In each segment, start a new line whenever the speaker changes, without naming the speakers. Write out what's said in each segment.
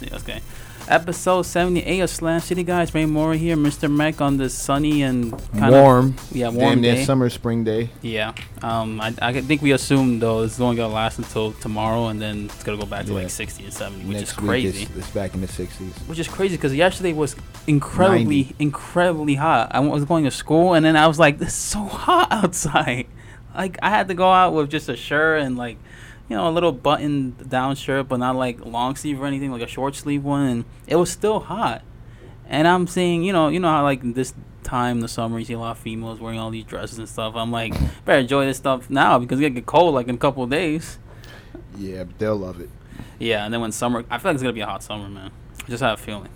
that's okay. Episode 78 of Slam City, guys. Ray Moore here, Mr. Mac on this sunny and kind of
warm.
yeah warm
Damn near
day.
summer, spring day.
Yeah. Um, I, I think we assume though it's only gonna last until tomorrow, and then it's gonna go back to
Yeah.
like 60 and 70, which is
Next week
crazy.
it's, it's back in the 60s.
which is crazy because yesterday was incredibly,
90.
incredibly hot. I was going to school, and then I was like, "This is so hot outside." Like I had to go out with just a shirt and like, you know, a little button-down shirt, but not like long sleeve or anything, like a short sleeve one, and it was still hot. And I'm seeing, you know, you know how like this time in the summer you see a lot of females wearing all these dresses and stuff. I'm like, better enjoy this stuff now because it's gonna get cold like in a couple of days.
Yeah, they'll love it.
Yeah, and then when summer, I feel like it's gonna be a hot summer, man. I just have a feeling.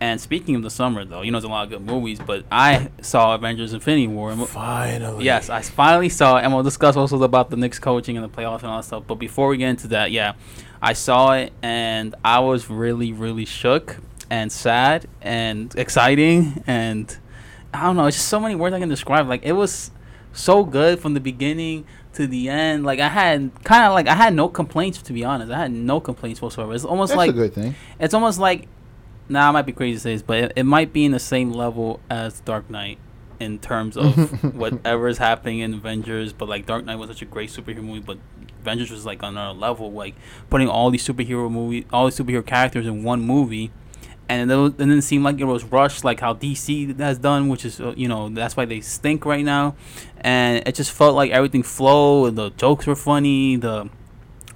And speaking of the summer, though, you know, there's a lot of good movies, but I saw Avengers: Infinity War. and-
Oh,
Finally.
Yes, I finally saw it, and we'll discuss also about the Knicks coaching and the playoffs and all that stuff. But before we get into that, yeah, I saw it, and I was really, really shook and sad and exciting, and I don't know, it's just so many words I can describe. Like it was so good from the beginning to the end. Like I had kind of like I had no complaints to be honest. I had no complaints whatsoever. It's almost
That's
like
a good thing.
it's almost like now nah, I might be crazy to say this, but it, it might be in the same level as Dark Knight in terms of whatever is happening in Avengers. But like Dark Knight was such a great superhero movie, but Avengers was like on another level, like putting all these superhero movie, all these superhero characters in one movie. And it, was, and then it seemed like it was rushed, like how DC has done, which is uh, you know that's why they stink right now. And it just felt like everything flowed. The jokes were funny. The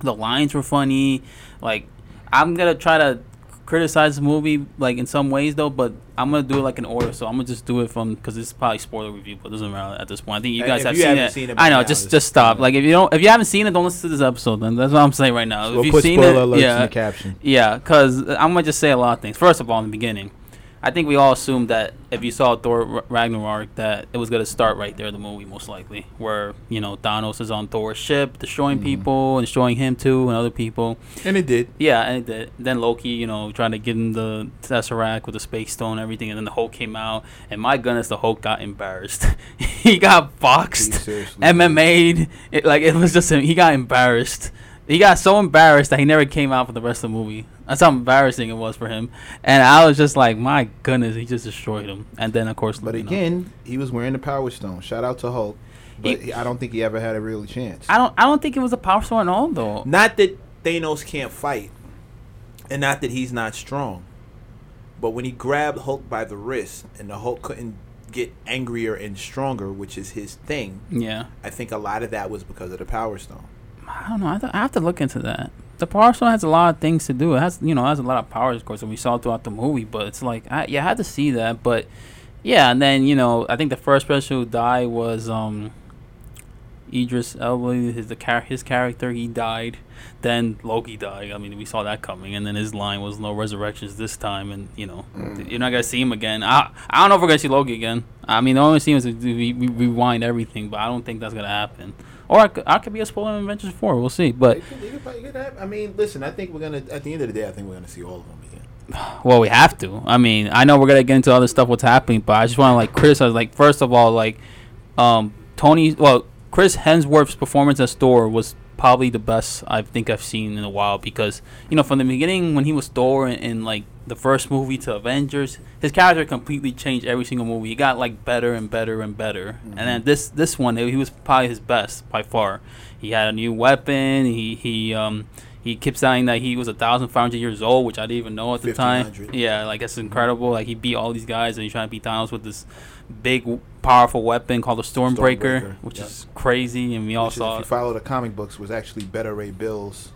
the lines were funny. Like I'm gonna try to criticize the movie like in some ways though, but I'm gonna do it like in order. So I'm gonna just do it from because this is probably spoiler review, but it doesn't matter at this point. I think you
Uh,
guys
if
have
you
seen
haven't
it.
seen it by
I know.
now,
Just
just-
just stop. Like if you don't if you haven't seen it, don't listen to this episode. Then that's what I'm saying right now.
We'll
if you've
put
seen
spoiler alerts
it,
in
yeah,
the caption.
yeah, because I'm gonna just say a lot of things. First of all, in the beginning, I think we all assumed that if you saw Thor R- Ragnarok, that it was gonna start right there, the movie most likely, where you know Thanos is on Thor's ship, destroying people and destroying him too and other people.
And it did.
Yeah, and the, then Loki, you know, trying to give him the Tesseract with the Space Stone and everything, and then the Hulk came out, and my goodness, the Hulk got embarrassed. he got
Dude,
boxed,
seriously.
MMA'd. It, like, it was just, he got embarrassed. He got so embarrassed that he never came out for the rest of the movie. That's how embarrassing it was for him. And I was just like, my goodness, he just destroyed him. And then, of course,
But
you know,
again, he was wearing the Power Stone. Shout out to Hulk. But
He-
he- I don't think he ever had a real chance.
I don't, I don't think it was a power stone at all, though.
Not that Thanos can't fight, and not that he's not strong, but when he grabbed Hulk by the wrist and the Hulk couldn't get angrier and stronger, which is his thing,
Yeah,
I think a lot of that was because of the Power Stone.
I don't know. I, th- I have to look into that. The power stone has a lot of things to do. It has, you know, it has a lot of powers, of course, and we saw it throughout the movie. But it's like, I, yeah, I had to see that. But yeah, and then you know, I think the first person who died was um, Idris Elba. His the char- his character he died. Then Loki died. I mean, we saw that coming. And then his line was no resurrections this time. And you know, you're not gonna see him again. I I don't know if we're gonna see Loki again. I mean, the only scene is if we, we rewind everything, but I don't think that's gonna happen. Or I could, I could be a spoiler in Avengers four. We'll see. But
It
I mean, listen, I think we're gonna. At the end of the day, I think we're gonna see all of them again.
Well, we have to. I mean, I know we're gonna get into other stuff what's happening, but I just want to like criticize. Like, first of all, like, um, Tony. Well, Chris Hemsworth's performance as Thor was probably the best I think I've seen in a while because you know from the beginning when he was Thor in, in like the first movie to Avengers, his character completely changed every single movie. He got like better and better and better, and then this this one he was probably his best by far. He had a new weapon. He he um. He kept saying that he was a thousand five hundred years old, which I didn't even know at the time.
1500.
Yeah, like that's incredible. Like he beat all these guys, and he's trying to beat Thanos with this big, w- powerful weapon called the Stormbreaker,
Stormbreaker,
which
yeah.
is crazy. And we all
Which is,
saw
if you
it.
follow the comic books, was actually Better Ray Bills,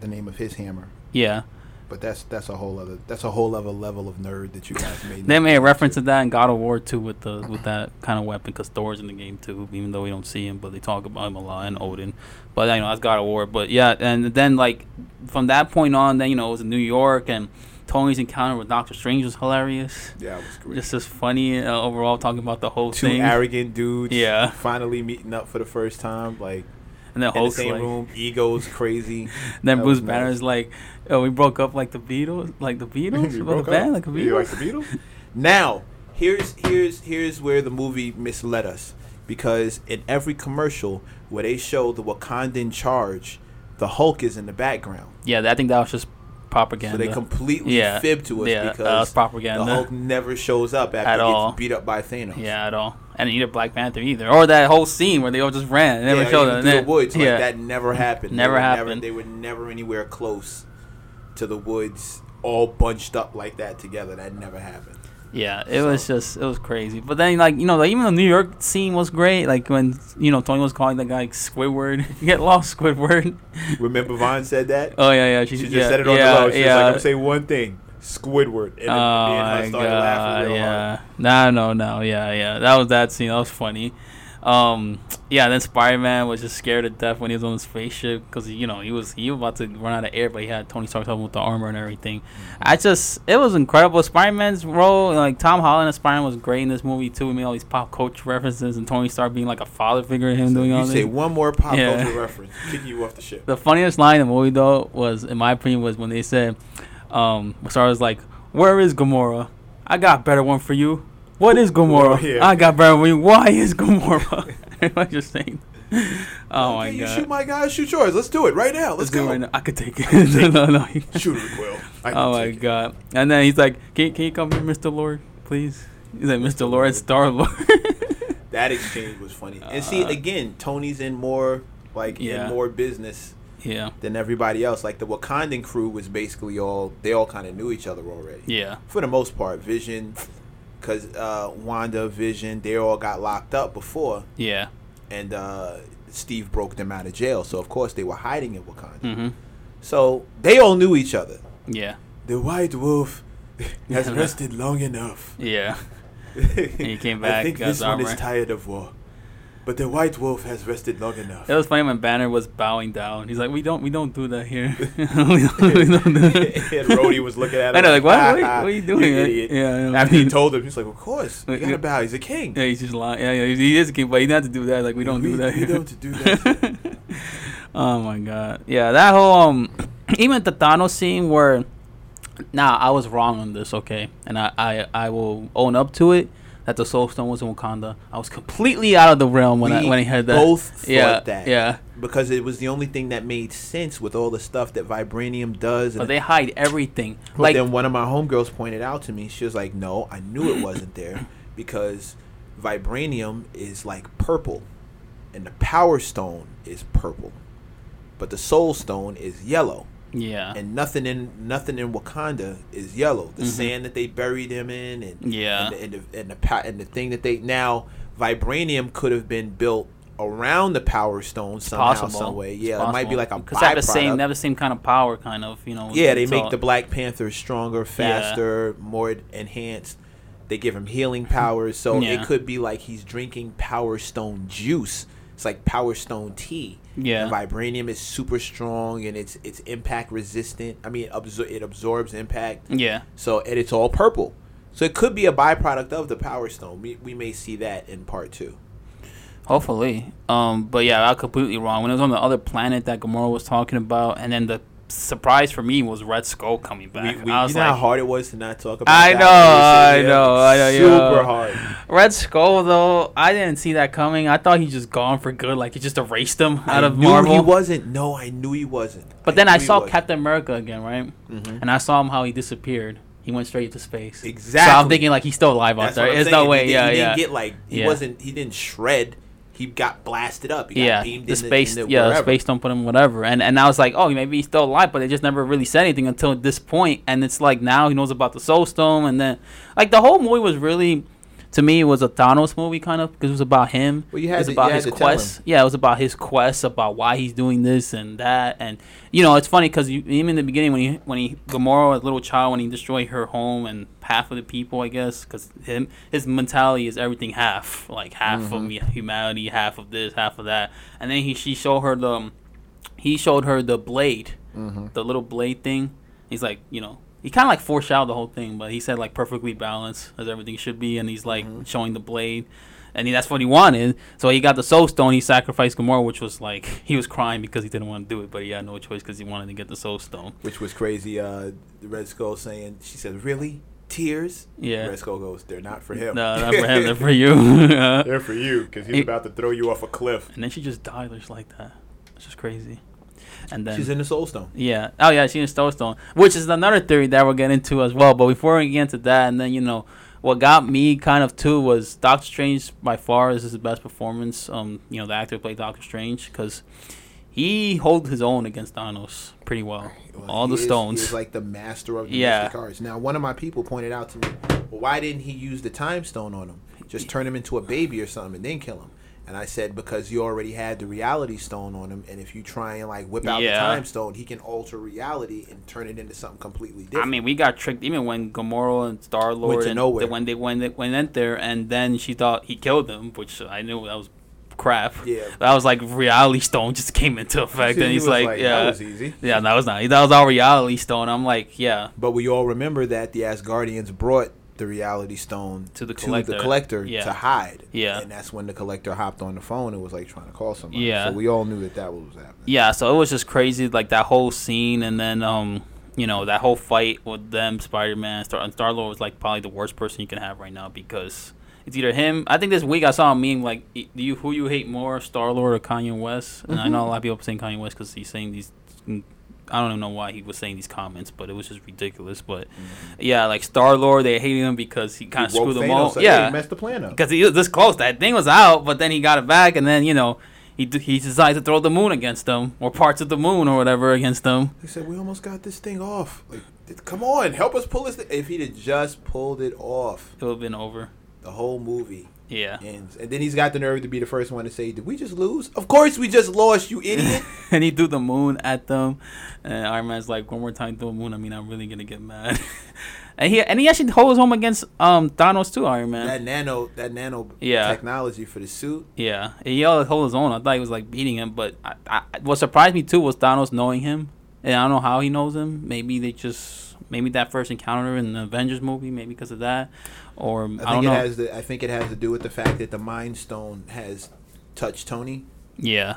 the name of his hammer.
Yeah,
But that's that's a whole other that's a whole other level of nerd that you guys made.
they made a reference to that in God of War too, with the with that kind of weapon, because Thor's in the game too, even though we don't see him, but they talk about him a lot and Odin. But you know, that's God of War. But yeah, and then like from that point on, then you know it was in New York, and Tony's encounter with Doctor Strange was hilarious.
Yeah, it was great.
Just as funny uh, overall, talking about the whole
Two
thing.
arrogant dudes.
Yeah.
Finally meeting up for the first time, like
and then
in the
Hulk's
same
like,
room. Egos crazy.
That
Then Bruce
was nice.
Banner's like, "Oh, we broke up like the Beatles, like the Beatles,
We
Well, the
broke
band,
up.
like the
You like
Beatles."
the Beatles?
Now, here's here's here's where the movie misled us because in every commercial where they show the Wakandan charge, the Hulk is in the background.
Yeah, I think that was just propaganda.
So they completely
Yeah,
fib to us
yeah, that was
because
propaganda.
the Hulk never shows up after
At
he
all.
gets beat up by Thanos.
yeah, at all. And either Black Panther either, or that whole scene where they all just ran and never
yeah,
showed
even
up.
through
Yeah.
the woods. Like,
yeah,
that never happened.
Never
they were
happened.
they were never anywhere close to the woods, all bunched up like that together. That never happened.
yeah. It was just it was crazy. But then like you know like even the New York scene was great. Like when you know Tony was calling that guy like, Squidward, get lost Squidward.
Remember, Vaughn said that.
Oh yeah, yeah. She,
she just
yeah,
said it on
yeah,
the low. She
yeah. Oh
was like, "I'm gonna say one thing, Squidward," and then me and her
my
started laughing real hard.
yeah. No, no, no. Yeah, yeah. That was that scene. That was funny. Um, yeah, then Spider Man was just scared to death when he was on the spaceship because you know he was he was about to run out of air, but he had Tony Stark helping with the armor and everything. I just it was incredible. Spider Man's role, like Tom Holland as Spider Man, was great in this movie too. We made all these pop culture references and Tony Stark being like a father figure to him doing all
You
this.
say one more pop
Yeah.
culture reference, kicking you off the ship.
The funniest line in the movie though was, in my opinion, was when they said, um, Star was like, "Where is Gamora? I got a better one for you. What is Gamora?
yeah.
I got better one for you. Why is Gamora?" I'm just saying. Oh
okay,
my
you
god.
shoot my guy, I shoot yours. Let's do it right now. Let's,
Let's do it
go.
right now. I could take it. no, no. he-
Shoot it, Will. I can
Oh my
take it.
god. And then he's like, "Can can you come here, Mr. Lord, please?" He's like, "Mr. Lord, Star Lord."
That exchange was funny. And see,
Uh,
again, Tony's in more like
yeah.
in more business
yeah.
than everybody else. Like the Wakandan crew was basically all they all kind of knew each other already.
Yeah.
for the most part. Vision, because uh, Wanda, Vision, they all got locked up before,
Yeah.
and uh, Steve broke them out of jail. So of course they were hiding in Wakanda.
Mhm.
So they all knew each other.
Yeah.
The White Wolf has rested long enough.
Yeah. he came
I
back,
think
got
this
his
one is
armor.
tired of war, but the White Wolf has rested long enough.
It was funny when Banner was bowing down. He's like, "We don't, we don't do that here." We don't- we don't do that.
and Rhodey was looking at him.
I know, like, what? What,
"Ah,
what are you doing?
idiot."
Yeah, I know.
After he told him, he's like, of course, you
Like,
gotta
yeah.
bow. He's a king.
yeah, he's just lying. Yeah, yeah, he is a kid, but he didn't have to do that. Like, we don't
We-
do that
we
here.
don't do that
oh my god. Yeah, that whole um, even the Thanos scene where, nah, I was wrong on this. Okay, and I, I, I will own up to it. That the Soul Stone was in Wakanda. I was completely out of the realm when I
We
when he had that.
both thought
yeah,
that.
Yeah.
because it was the only thing that made sense with all the stuff that vibranium does. And
But they hide everything.
but
like
then one of my homegirls pointed out to me, she was like, "No, I knew it wasn't there because vibranium is like purple, and the Power Stone is purple, but the Soul Stone is yellow,
yeah. Mm-hmm.
and nothing in nothing in Wakanda is yellow. The sand that they buried him in, and
Yeah.
and the, and the, and the pa- and the thing that they now vibranium could have been built." Around the Power Stone somehow, some way,
It's
yeah, it might
possible.
be like a
Because they have the same,
byproduct.
they have the same kind of power, kind of, you know.
Yeah, they
it's all-
make the Black Panther stronger, faster, more enhanced. They give him healing powers, so
Yeah.
it could be like he's drinking Power Stone juice. It's like Power Stone tea.
Yeah.
And vibranium is super strong and it's it's impact resistant. I mean, it, absor- it absorbs impact.
Yeah,
So and it's all purple. So it could be a byproduct of the Power Stone. We, we may see that in part two.
hopefully. Um, but yeah, I was completely wrong. When it was on the other planet that Gamora was talking about, and then the surprise for me was Red Skull coming
We,
back.
we,
I
you
was
know
like,
how hard it was to not talk about.
I
that.
know,
We
I
were
know, I know,
sitting there,
yo.
Super hard.
Red Skull though, I didn't see that coming. I thought he just gone for good, like he just erased him out
I
of
knew
Marvel.
He wasn't. No, I knew he wasn't.
but then I
knew he Mm-hmm.
saw
wasn't.
Captain America again, right? And I saw him how he disappeared. He went straight into space. So I'm
Exactly.
thinking like he's still alive out
That's what
there.
I'm
There's
saying.
no way.
He, didn't-
yeah,
he
yeah.
didn't get like he
Yeah.
wasn't. He didn't shred. He got blasted up. He
yeah,
got beamed
the
in
space,
The, in the
yeah, the
wherever.
space don't put him whatever, and and I was like, oh, maybe he's still alive, but they just never really said anything until this point, and it's like now he knows about the Soul Stone, and then like the whole movie was really, to me, it was a Thanos movie kind of because it was about him.
Well, you
it
had
was
to- you
about
had
his
to tell
quest. Yeah, it was about his quest, about why he's doing this and that, and you know, it's funny because even in the beginning when he when he Gamora, a little child, when he destroyed her home and half of the people, I guess, because him his mentality is everything half, like half
Mm-hmm.
of humanity, half of this, half of that, and then he she showed her the um, he showed her the blade,
Mm-hmm.
the little blade thing. He's like, you know, he kind of like foreshadowed the whole thing, but he said like perfectly balanced as everything should be, and he's like showing the blade, and he, that's what he wanted. So he got the soul stone. He sacrificed Gamora, which was like he was crying because he didn't want to do it, but he had no choice because he wanted to get the soul stone.
which was crazy. Uh, the Red Skull saying, "She said, really tears."
Yeah.
Red Skull goes, "They're not for him.
No, not for him, they're for you. and
They're for you because he's
He-
about to throw you off a cliff."
then she just died just like that. It's just crazy. and then
She's in the Soul Stone.
yeah. Oh yeah, she in Star Stone, which is another theory that we'll get into as well. But before we get into that, and then you know, what got me kind of too was Doctor Strange by far is his best performance. Um, you know, the actor who played Doctor Strange because he holds his own against Thanos pretty well.
Well,
All
he
the
is-
stones.
He is like the master of the
Yeah.
mystic arts.
Now, one of my people pointed out to me, well, why didn't he use the time stone on him? Just turn him into a baby or something and then kill him. And I said, because you already had the reality stone on him, and if you try and like whip out
Yeah.
the time stone, he can alter reality and turn it into something completely different.
I mean, we got tricked even when Gamora and Star
Went
Lord
to
and
nowhere.
the- when they went went in there, and then she thought he killed them, which I knew that was crap.
Yeah.
that was like reality stone just came into effect,
See,
and
he
he's
was
like,
like, "Oh,
yeah,
"That was easy."
yeah, that was not that was all reality stone. I'm like, yeah,
but we all remember that the Asgardians brought the reality stone
To the collector.
collector
Yeah.
to hide.
Yeah.
And that's when the collector hopped on the phone and was like trying to call somebody.
Yeah.
So we all knew that that was happening.
yeah. So it was just crazy, like that whole scene, and then um, you know, that whole fight with them, Spider Man, Star and Star Lord was like probably the worst person you can have right now because. It's either him. I think this week I saw a meme like, "Do you who you hate more, Star Lord or Kanye West?" And I know
Mm-hmm.
a lot of people saying Kanye West because he's saying these. mm, I don't even know why he was saying these comments, but it was just ridiculous. But yeah, like Star Lord, they hated him because he kind of
Mm-hmm. He woke
screwed them
Thanos
all.
up. Hey,
yeah,
he messed the plan up.
because he was this close. That thing was out, but then he got it back, and then you know he d- he decides to throw the moon against them or parts of the moon or whatever against them.
He said, "We almost got this thing off. Like, th- come on, help us pull this." Thing. If he'd have just pulled it off,
It would have been over.
the whole movie
Yeah,
ends. And then he's got the nerve to be the first one to say, "Did we just lose?" Of course, we just lost, you idiot.
and he threw the moon at them, and Iron Man's like, "One more time, throw a moon. I mean, I'm really gonna get mad." and he and he actually holds home against um Thanos too, Iron Man.
that nano, that nano
Yeah.
technology for the suit.
Yeah, he held held his own. I thought he was like beating him, but I, I, what surprised me too was Thanos knowing him, and I don't know how he knows him. Maybe they just maybe that first encounter in the Avengers movie, maybe because of that, or I,
I think
don't
it
know.
has. The, I think it has to do with the fact that the Mind Stone has touched Tony,
yeah,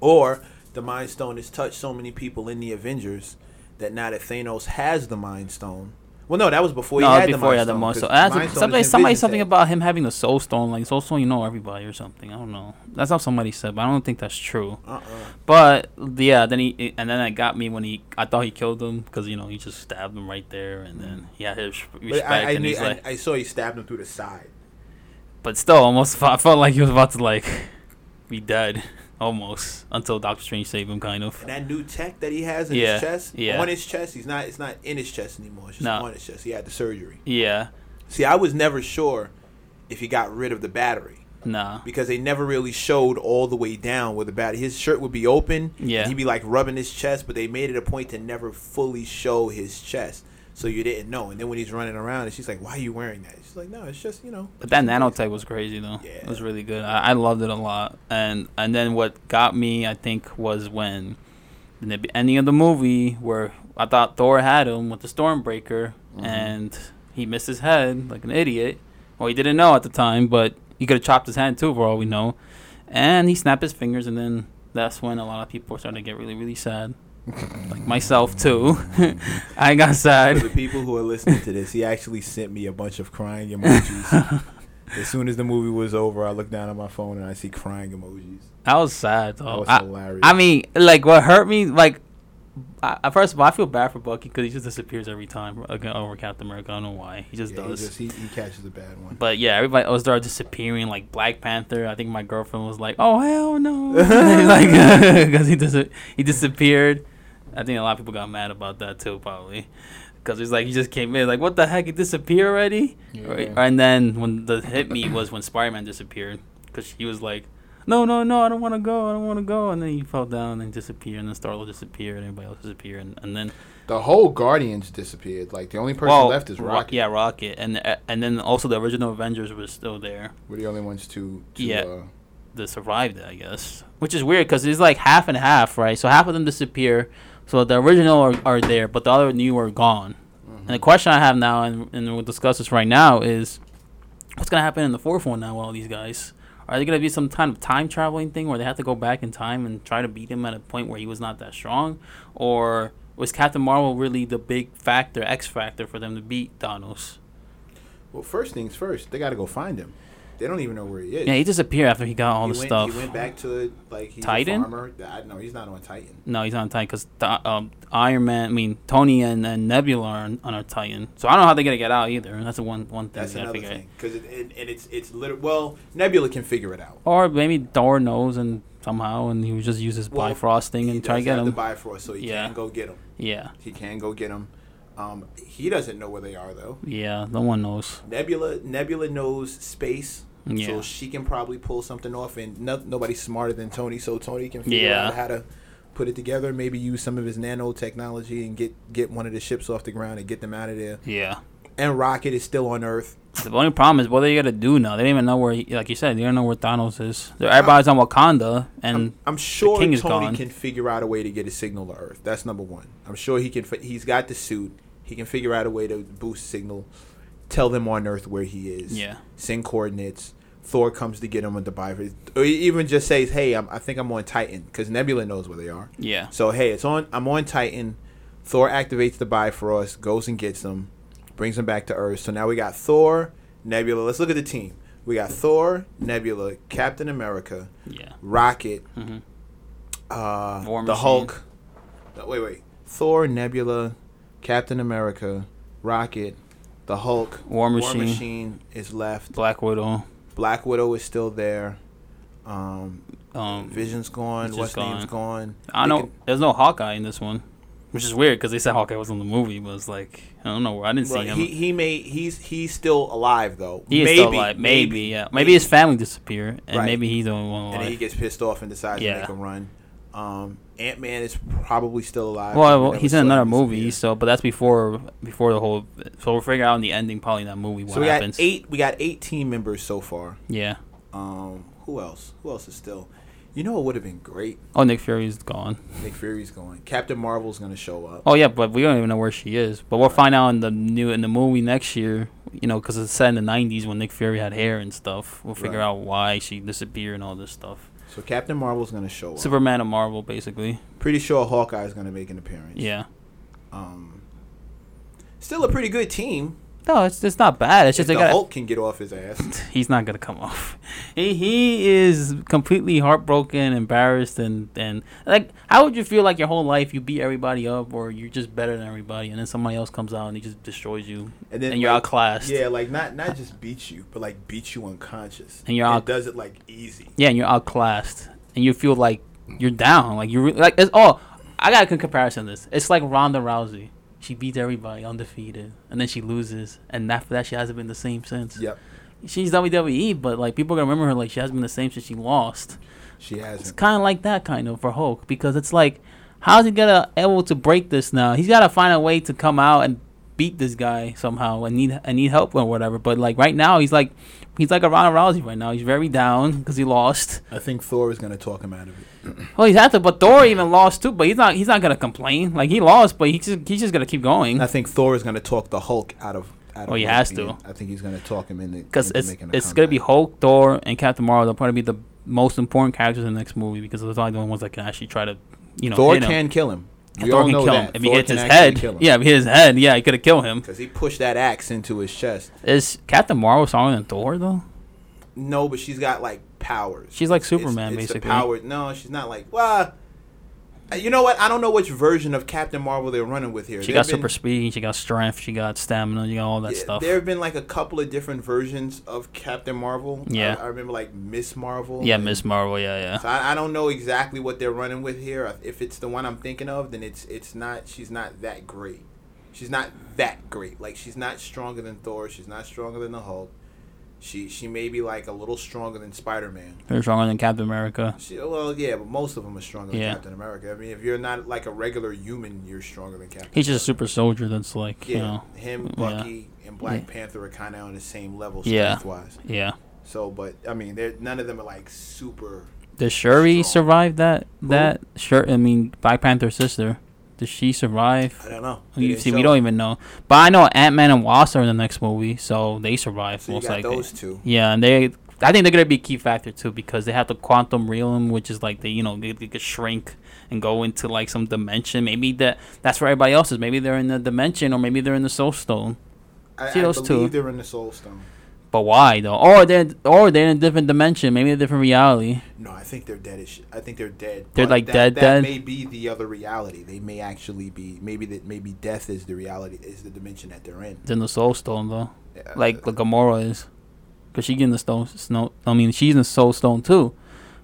or the Mind Stone has touched so many people in the Avengers that now that Thanos has the Mind Stone. Well, no, that was before
no,
he
that
had
was before he
the
had the
Mind
most.
Stone.
So
'cause
somebody
Mind Stone is
somebody,
in
somebody
Vision's
something
head.
about him having the Soul Stone, like Soul Stone, you know everybody or something. I don't know. That's how somebody said, but I don't think that's true.
Uh-uh.
But yeah, then he and then it got me when he. I thought he killed him because you know he just stabbed him right there, and then he had his
But
respect,
I, I,
and
knew,
he's like.
I, I saw he stabbed him through the side.
but still almost fe- I felt like he was about to like be dead almost until Doctor Strange saved him kind of.
And that new tech that he has in
Yeah,
his chest,
yeah.
on his chest, he's not. It's not in his chest anymore. It's just
No.
on his chest. He had the surgery.
Yeah.
See, I was never sure if he got rid of the battery
Nah.
because they never really showed all the way down where the battery. His shirt would be open.
Yeah.
and he'd be like rubbing his chest, but they made it a point to never fully show his chest, so you didn't know. And then when he's running around, and she's like, "Why are you wearing that?" She's like, "No, it's just you know."
But that nanotech was crazy though.
Yeah.
It was really good. I, I loved it a lot. And and then what got me I think was when in the ending of the movie where I thought Thor had him with the Stormbreaker
Mm-hmm.
and he missed his head like an idiot. Well he didn't know at the time, but he could have chopped his hand too for all we know. And he snapped his fingers and then that's when a lot of people started to get really, really sad. like myself too. I got
For
sad.
the people who are listening to this, he actually sent me a bunch of crying emojis. as soon as the movie was over, I looked down at my phone and I see crying emojis.
I was sad.
That
Though.
was
Oh, I,
hilarious.
I mean, like what hurt me, like I, I- first of all, I feel bad for Bucky because he just disappears every time ag- over Captain America. I don't know why. He just
Yeah, he,
does.
just, he, he catches a bad one.
but yeah, everybody else started disappearing. Like Black Panther, I think my girlfriend was like, "Oh hell no!" like because he dis- he disappeared. I think a lot of people got mad about that too, probably. Because it's like he just came in, like what the heck? He disappeared already. Right? And then when the hit me was when Spider Man disappeared, because he was like, "No, no, no, I don't want to go, I don't want to go," and then he fell down and disappeared, and then Star Lord disappeared, and everybody else disappeared, and, and then
The whole Guardians disappeared. Like the only person
well,
left is
Ro-
Rocket.
yeah, Rocket, and uh, and then also the original Avengers were still there.
We're the only ones to, to
Yeah.
uh,
that survived it, I guess. Which is weird because it's like half and half, right? So half of them disappear. So the original are, are there, but the other new are gone.
Mm-hmm.
And the question I have now, and, and we'll discuss this right now, is what's going to happen in the fourth one now with all these guys? Are they going to be some kind of time traveling thing where they have to go back in time and try to beat him at a point where he was not that strong? Or was Captain Marvel really the big factor, X factor, for them to beat Thanos?
Well, first things first, they got to go find him. They don't even know where he is.
Yeah, he disappeared after he got all
he
the
went,
stuff.
He went back to like he's
Titan?
a farmer. I, no, he's not on Titan.
No, he's on Titan because um, Iron Man. I mean, Tony and, and Nebula are on, on our Titan, so I don't know how they're gonna get out either. That's the one one thing
That's
that I
another
figure.
thing because it, and, and it's it's literally well Nebula can figure it out.
Or maybe Thor knows and somehow, and he would just use his
Well,
Bifrost thing
he
and try to
does
get him.
have the Bifrost, so he
Yeah.
can go get him.
yeah,
He can go get him. Um, he doesn't know where they are though.
yeah, no one knows.
Nebula Nebula knows space,
Yeah.
so she can probably pull something off. And no, nobody's smarter than Tony, so Tony can figure
Yeah.
out how to put it together. Maybe use some of his nanotechnology and get get one of the ships off the ground and get them out of there.
Yeah,
And Rocket is still on Earth.
the only problem is what are you gonna do now? They don't even know where, he, like you said, they don't know where Thanos is. They're-
Uh,
Everybody's on Wakanda, and
I'm, I'm sure
Mm. king is
Tony
gone.
can figure out a way to get a signal to Earth. That's number one. I'm sure he can. fi- He's got the suit. He can figure out a way to boost signal. Tell them on Earth where he is.
Yeah.
Send coordinates. Thor comes to get him with the Bifrost, or he even just says, "Hey, I'm, I think I'm on Titan," because Nebula knows where they are.
yeah,
So hey, it's on. I'm on Titan. Thor activates the Bifrost, goes and gets them, brings them back to Earth. So now we got Thor, Nebula. Let's look at the team. We got Thor, Nebula, Captain America,
yeah,
Rocket,
Mhm.
uh,
War
the
Machine.
Hulk. No, wait, wait. Thor, Nebula, Captain America, Rocket, the Hulk.
War Machine.
Machine is left.
Black Widow,
Black Widow is still there. Um,
um,
Vision's gone.
Vision's
What's name's gone?
I
They
know
can-
there's no Hawkeye in this one, which is weird because they said Hawkeye was in the movie, but it's like I don't know where I didn't
Well,
see him.
he
He,
he may he's he's still alive though.
is still alive. Maybe, yeah. Maybe, his family disappeared, and
Right.
maybe he's the only one
and then he
alive.
gets pissed off and decides
Yeah.
to make a run. Um, Ant Man is probably still alive.
Well,
We
well,
never
he's
saw
in
him
another
disappear.
movie, so but that's before before the whole. So we'll figure out in the ending, probably in that movie, what
So we
happens.
got eight. We got eight team members so far.
Yeah.
Um, who else? Who else is still? You know what would have been great?
Oh, Nick Fury's gone.
Nick Fury's going. Captain Marvel's gonna show up.
Oh yeah, but we don't even know where she is. But we'll find out in the new in the movie next year. You know, because it's set in the '90s when Nick Fury had hair and stuff. We'll figure
Right.
out why she disappeared and all this stuff.
So Captain Marvel's gonna show up.
Superman and Marvel, basically.
Pretty sure Hawkeye's gonna make an appearance.
Yeah.
Um, still a pretty good team.
No, it's it's not bad. It's just
If
they
the
got
Hulk can get off his ass.
he's not gonna come off. He he is completely heartbroken, embarrassed, and and like how would you feel like your whole life you beat everybody up or you're just better than everybody, and then somebody else comes out and he just destroys you,
And
and
then,
then you're
like,
outclassed.
yeah, like not not just beat you, but like beat you unconscious.
And you're all-
it does it like easy.
Yeah, and you're outclassed, and you feel like you're down. Like you're re- like it's oh, I got a good comparison. to This it's like Ronda Rousey. She beats everybody undefeated, and then she loses, and after that she hasn't been the same since.
Yep,
She's WWE, but like people are gonna remember her like she hasn't been the same since she lost.
she
It's
hasn't.
kind of like that kind of for Hulk because it's like, how's he gonna able to break this now? He's gotta find a way to come out and beat this guy somehow and need and need help or whatever. But like right now, he's like, he's like a Ronda Rousey right now. He's very down because he lost.
I think Thor is gonna talk him out of it.
Well, he's had to, but Thor even lost too. But he's not he's not gonna complain. Like he lost, but he's just he's just gonna keep going.
I think Thor is gonna talk the Hulk out of. Out
Oh,
of
he has
being- I think he's gonna talk him into
because
into
it's
making a
it's gonna be
comeback.
Hulk, Thor, and Captain Marvel. They'll probably be the most important characters in the next movie because those are the only ones that can actually try to, you know,
Thor
hit him.
can kill him.
And Thor can kill him if he hits his head. Yeah, if he hits his head, yeah, he could have killed him.
because he pushed that axe into his chest.
Is Captain Marvel stronger than Thor though?
No, but she's got like powers.
She's like
It's-
Superman,
it's the
basically.
power. No, she's not like well. uh, You know what? I don't know which version of Captain Marvel they're running with here.
She
There've
got
been-
super speed, she got strength, she got stamina, she got all that
yeah,
stuff.
There have been like a couple of different versions of Captain Marvel. I-
Yeah.
I, remember like Miss Marvel.
Yeah,
and-
Miss Marvel, yeah, yeah.
So I, I don't know exactly what they're running with here. If it's the one I'm thinking of, then it's it's not. She's not that great. She's not that great. Like she's not stronger than Thor. She's not stronger than the Hulk. She she may be like a little stronger than Spider Man.
They're stronger than Captain America.
She well yeah, but most of them are stronger than
Yeah.
Captain America. I mean, if you're not like a regular human, you're stronger than Captain.
He's just a super soldier that's like,
yeah.
you know.
Him,
yeah.
Bucky, and Black
Yeah.
Panther are kind of on the same level
Yeah.
strength wise.
Yeah.
So, but I mean, they're, none of them are like super.
Did Shuri
Strong.
survive that that shirt I mean Black Panther's sister? Did she survive?
I don't know. They
You
didn't
see,
show
we
it.
don't even know. But I know Ant Man and Wasp are in the next movie, so they survive
So you
most
got
likely.
those two.
Yeah, and they. I think they're gonna be a key factor too because they have the quantum realm, which is like they, you know, they, they could shrink and go into like some dimension. Maybe that that's where everybody else is. Maybe they're in the dimension, or maybe they're in the Soul Stone.
I,
See
I
those
believe
two.
they're in the Soul Stone.
But why though? Or they're or they're in a different dimension, maybe a different reality.
No, I think they're dead. As sh- I think they're dead.
They're,
but
like,
that,
dead,
That
dead?
may be the other reality. They may actually be. Maybe that. Maybe death is the reality. Is the dimension that they're in. Uh,
It's in the Soul Stone though,
Yeah.
like like Gamora is, because she getting the stone. Snow. I mean, she's in the Soul Stone too,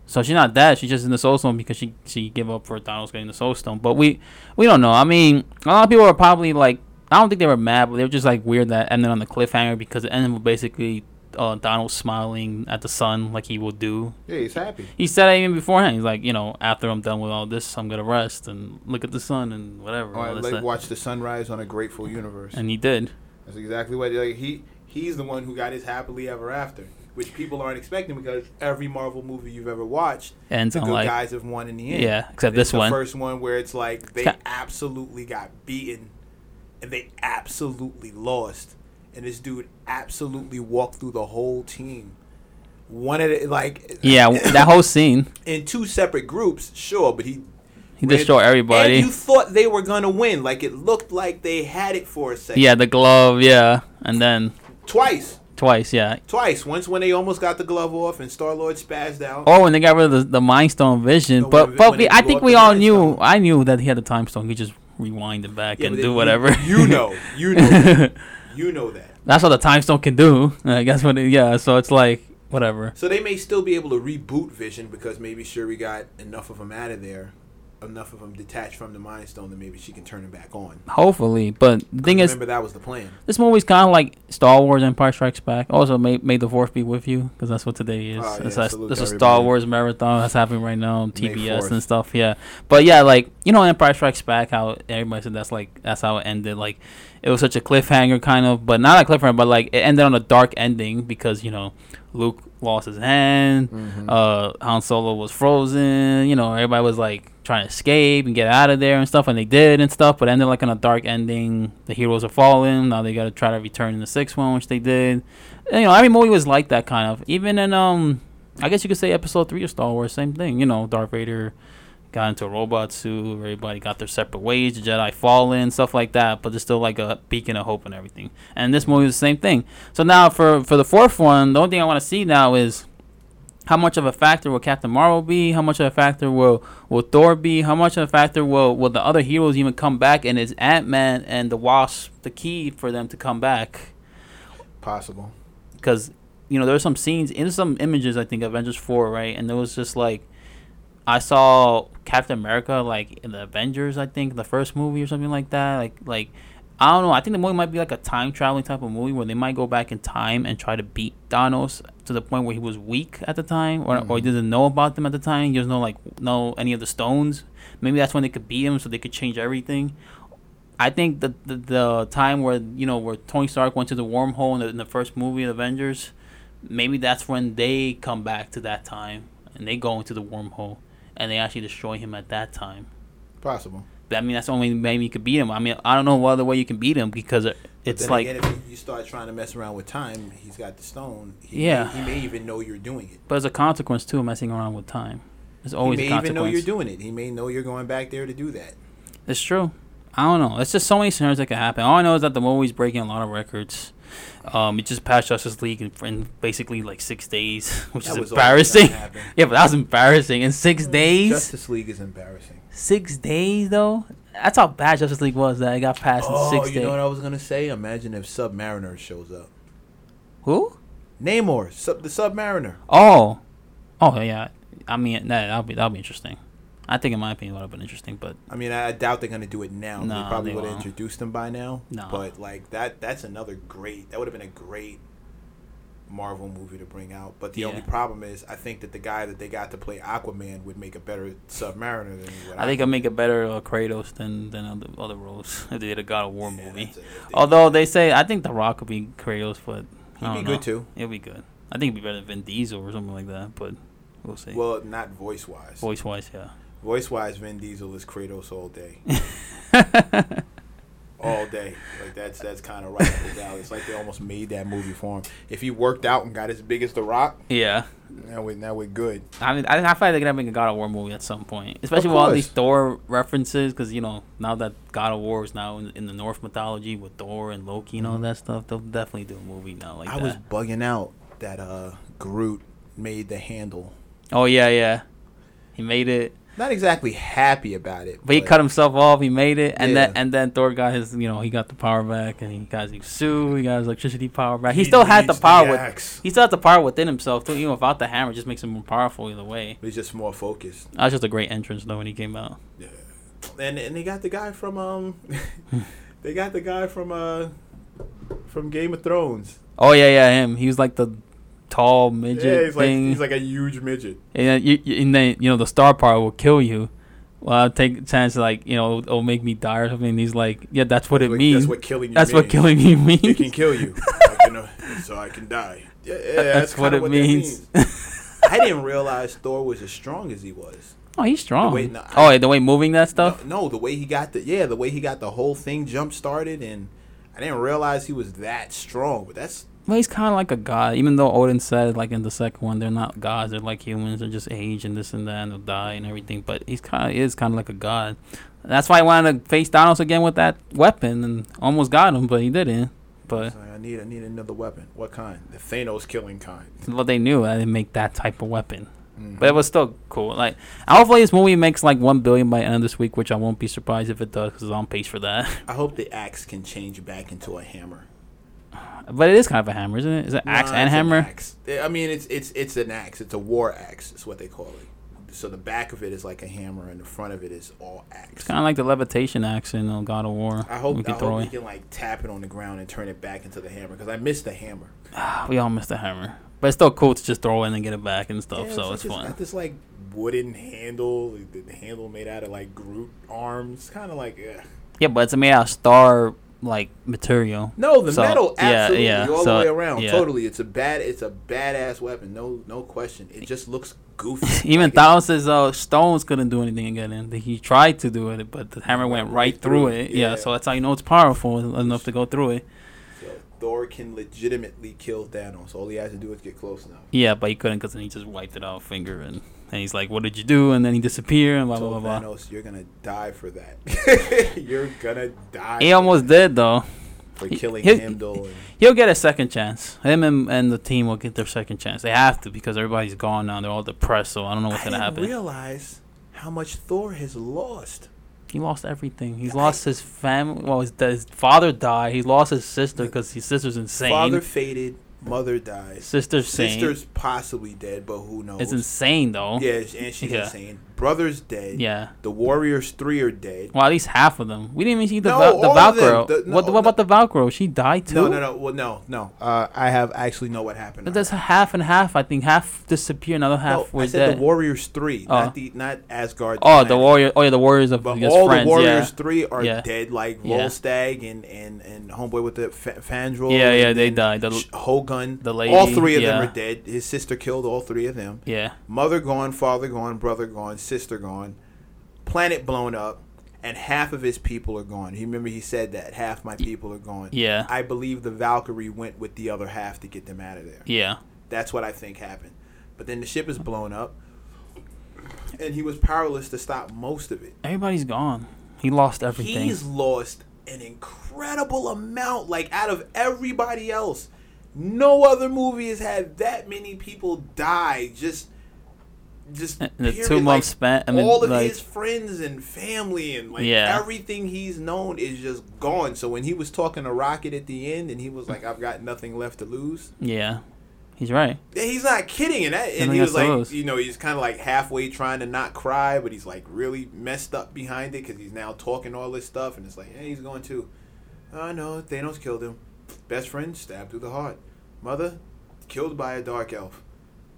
so she's not that. She's just in the Soul Stone because she she give up for Thanos getting the Soul Stone. But we we don't know. I mean, a lot of people are probably like, I don't think they were mad, but they were just like weird that ended on the cliffhanger because it ended with basically uh, Donald smiling at the sun like he will do
Yeah, he's happy.
he said it even beforehand. He's like, you know, after I'm done with all this, I'm gonna rest and look at the sun and whatever.
Or
all this
like
that.
watch the sunrise on a grateful universe.
and he did.
That's exactly what like,
he he's the one who got his happily ever after, which people aren't expecting because every Marvel movie you've ever watched,
Ends
the
on
good
like,
guys have won in the end.
yeah, except
It's
this
the
one.
first one where it's like they
Ca-
absolutely got beaten, and they absolutely lost, and this dude absolutely walked through the whole team. One of the like
yeah, w- that whole scene,
in two separate groups, sure, but he
he
Red-
destroyed everybody.
and you thought they were gonna win. Like it looked like they had it for a second.
yeah, the glove. Yeah, and then
twice,
twice. Yeah.
twice. Once when they almost got the glove off and Star Lord spazzed out.
Oh, and they got rid of the, the Mind Stone vision,
No,
but
when-
but
when
we,
he
I
blew
think
up
we
the
all
Mind
knew.
Stone.
I knew that he had the time stone. He just rewind it back
Yeah,
and
but
do
it-
whatever.
You know, you know, you know that.
that's what the time stone can do. Like, that's what. It, yeah. So it's like whatever.
So they may still be able to reboot Vision because maybe Shuri got enough of them out of there, enough of them detached from the Mind Stone that maybe she can turn them back on.
Hopefully, but the thing is,
remember that was the plan.
This movie's kind of like Star Wars Empire Strikes Back. Also, may, may the force be with you because that's what today is.
Ah,
Oh, yeah,
it's a,
salute
it's
to
a Star
everybody.
Wars marathon that's happening right now on
May
TBS
4th.
and stuff. Yeah, but yeah, like you know, Empire Strikes Back. How everybody said that's like that's how it ended. Like it was such a cliffhanger kind of, but not a cliffhanger, but like it ended on a dark ending because you know Luke lost his hand. Uh, Han Solo was frozen. You know, everybody was like trying to escape and get out of there and stuff, and they did and stuff, but ended like on a dark ending. The heroes are fallen. Now they got to try to return in the sixth one, which they did. And, you know, every movie was like that kind of. Even in um, I guess you could say Episode Three of Star Wars, same thing. You know, Darth Vader got into a robot suit. Everybody got their separate ways. The Jedi fallen, stuff like that. But there's still like a beacon of hope and everything. And this movie is the same thing. So now for for the fourth one, the only thing I want to see now is how much of a factor will Captain Marvel be? How much of a factor will will Thor be? How much of a factor will will the other heroes even come back? And is Ant Man and the Wasp the key for them to come back?
possible.
because you know there were some scenes in some images I think Avengers four right, and there was just like I saw Captain America like in the Avengers I think the first movie or something like that like like I don't know I think the movie might be like a time traveling type of movie where they might go back in time and try to beat Thanos to the point where he was weak at the time or or he didn't know about them at the time he doesn't know like know any of the stones maybe that's when they could beat him so they could change everything I think the, the the time where you know where Tony Stark went to the wormhole in the, in the first movie of Avengers, maybe that's when they come back to that time and they go into the wormhole and they actually destroy him at that time.
Possible.
But I mean that's the only maybe you could beat him. I mean I don't know what other way you can beat him because it- it's
then
like
again, if you start trying to mess around with time, he's got the stone. He
Yeah.
may, he may even know you're doing it.
but there's a consequence too messing around with time. There's
He
always a
may
consequence.
even know you're doing it. He may know you're going back there to do that.
It's true. I don't know. It's just so many scenarios that could happen. All I know is that the movie's breaking a lot of records. Um, it just passed Justice League in, in basically like six days, which is
That was always
embarrassing.
gonna happen.
yeah, but that was embarrassing. In six days,
Justice League is embarrassing.
six days though. That's how bad Justice League was that it got passed
Oh,
in six
you
days.
know what I was gonna say? Imagine if Submariner shows up.
Who?
Namor, sub, the Submariner.
Oh, oh yeah. I mean that that'll be that'll be interesting. I think in my opinion it would have been interesting, but
I mean, I, I doubt they're gonna do it now.
Nah,
they probably
they
would have
won't.
introduced him by now.
Nah.
But like that—that's another great. That would have been a great Marvel movie to bring out. But the
Yeah.
only problem is, I think that the guy that they got to play Aquaman would make a better Submariner than what
I think I'll make a better uh, Kratos than than other, other roles if they did a God of War
Yeah,
movie.
that's it. If they-
Although they say I think The Rock would be Kratos, but
He'd
I
be
don't
good
know.
too.
It'll be good. I think it'd be better than Vin Diesel or something like that. But we'll see.
well, not voice wise.
Voice wise, yeah.
Voice wise, Vin Diesel is Kratos all day. all day. Like that's that's kind of right up his alley. It's like they almost made that movie for him. If he worked out and got as big as The Rock,
Yeah,
now we now we're good.
I mean, I, I feel like they're gonna make a God of War movie at some point, especially with all
course.
these Thor references, because you know now that God of War is now in, in the Norse mythology with Thor and Loki and all that stuff, they'll definitely do a movie now like
Mm-hmm. I
that.
was bugging out that uh Groot made the handle.
oh yeah, yeah, he made it,
Not exactly happy about it,
but he cut himself off. He made it, and then
Yeah.
and then Thor got his, you know, he got the power back, and he got his suit, he got his electricity power back. He, still had the
needs
power with,
axe.
he still had the power within himself too, even without the hammer. it Just makes him more powerful either way.
He's just more focused.
That was just a great entrance though when he came out.
Yeah. And and they got the guy from um they got the guy from uh from Game of Thrones.
Oh yeah, yeah, him. He was like the tall midget
Yeah, he's like
thing.
he's like a huge midget.
and, then you, you- and then you know the star power will kill you. Well, I'll take a chance to like you know it'll make me die or something. And he's like, yeah, that's what it
Like,
means.
That's what killing you
That's what
means.
killing me
It can
means.
kill you. I can, uh, so I can die. Yeah, yeah
That's what
kinda
it
that
means.
I didn't realize Thor was as strong as he was.
oh, he's strong.
way- no,
oh, the way moving that
No,
stuff.
no, the way he got the yeah, the way he got the whole thing jump started, and I didn't realize he was that strong. But that's
Well, he's kind of like a god, even though Odin said like in the second one they're not gods, they're like humans, they're just age and this and that, and they'll die and everything. But he's kind of is kind of like a god. That's why I wanted to face Thanos again with that weapon and almost got him, but he didn't. But
it's like, I need I need another weapon. What kind? The Thanos killing kind. Mm-hmm.
well, they knew I didn't make that type of weapon. But it was still cool. Like hopefully this movie makes like one billion by end of this week, which I won't be surprised if it does because it's on pace for that.
I hope the axe can change back into a hammer.
but it is kind of a hammer, isn't it? Is it axe
Nah,
and
it's an
hammer?
axe. I mean, it's it's it's an axe. It's a war axe. Is what they call it. So the back of it is like a hammer, and the front of it is all axe.
Kind of like the levitation axe in uh, God of War.
I hope
we
we
could
I
throw
hope
it.
we can like tap it on the ground and turn it back into the hammer because I missed the hammer.
We all missed the hammer. But it's still cool to just throw in and get it back and stuff,
Yeah,
so
like
it's
this-
fun.
Got this like wooden handle, like, the handle made out of like Groot arms, kind of like. Ugh.
Yeah, but it's made out of star like material.
No, the
So,
metal
yeah,
absolutely
yeah,
all
so,
the way around.
yeah.
Totally, it's a bad, it's a badass weapon. No, no question. It just looks goofy.
Even
like,
Thanos says uh, stones couldn't do anything again. And he tried to do it, but the hammer went right through it. Yeah.
yeah.
so that's how you know it's powerful enough to go through it.
so Thor can legitimately kill Thanos. All he has to do is get close enough.
Yeah, but he couldn't because then he just wiped it out finger and and he's like, "What did you do?" And then he disappeared and blah blah
Told
blah. blah.
Thanos, you're gonna die for that. you're gonna die.
He
for
almost
that,
did though.
for killing
he-
Heimdall. And,
He'll get a second chance. Him and, and the team will get their second chance. They have to because everybody's gone now. They're all depressed, so I don't know what's
I
gonna
didn't
happen.
realize how much Thor has lost.
He lost everything. He's lost his family. Well, his, his father died. He lost his sister because his sister's insane.
Father faded, mother dies,
sister's sane.
sister's possibly dead, but who knows?
It's insane though.
yeah, and she's
Yeah.
insane. Brother's dead.
Yeah.
The Warriors three are dead.
Well, at least half of them. We didn't even see the
No,
Val- the
all of them.
Valkyrie.
The- no,
what what
no.
about the Valkyrie? She died too.
No, no, no. Well, no, no. Uh, I have I actually know what happened. to
But That's
her.
half and half. I think half disappeared, another
No,
half
I
was
said
dead.
the Warriors three,
Oh.
not the not Asgard.
oh, the
planet.
warrior. Oh yeah, the warriors of
But
his
all
friends.
the Warriors
yeah.
three are
Yeah.
dead, like
Yeah.
Volstagg and, and and homeboy with the fa- Fandral.
Yeah, yeah,
and
they
then
died. The-
Sh- Hogan.
the
All
lady,
three of
yeah.
them are dead. His sister killed all three of them.
Yeah.
Mother gone, father gone, brother gone, sister gone. Planet blown up, and half of his people are gone. You remember he said that half my people are gone.
Yeah.
I believe the Valkyrie went with the other half to get them out of there.
Yeah.
That's what I think happened. But then the ship is blown up, and he was powerless to stop most of it.
Everybody's gone. He lost everything.
He's lost an incredible amount. Like out of everybody else, no other movie has had that many people die. Just, just
In the
period.
two
Like,
months span, I mean,
all of
like-
his friends and family and like
Yeah.
everything he's known is just gone. So when he was talking to Rocket at the end, and he was like, "I've got nothing left to lose,"
yeah. He's right.
Yeah, he's not kidding, and that, and
Nothing
he was
else to
like,
lose.
you know, he's kind of like halfway trying to not cry, but he's like really messed up behind it because he's now talking all this stuff, and it's like, hey, he's going to, oh no, Thanos killed him, best friend stabbed through the heart, mother killed by a dark elf,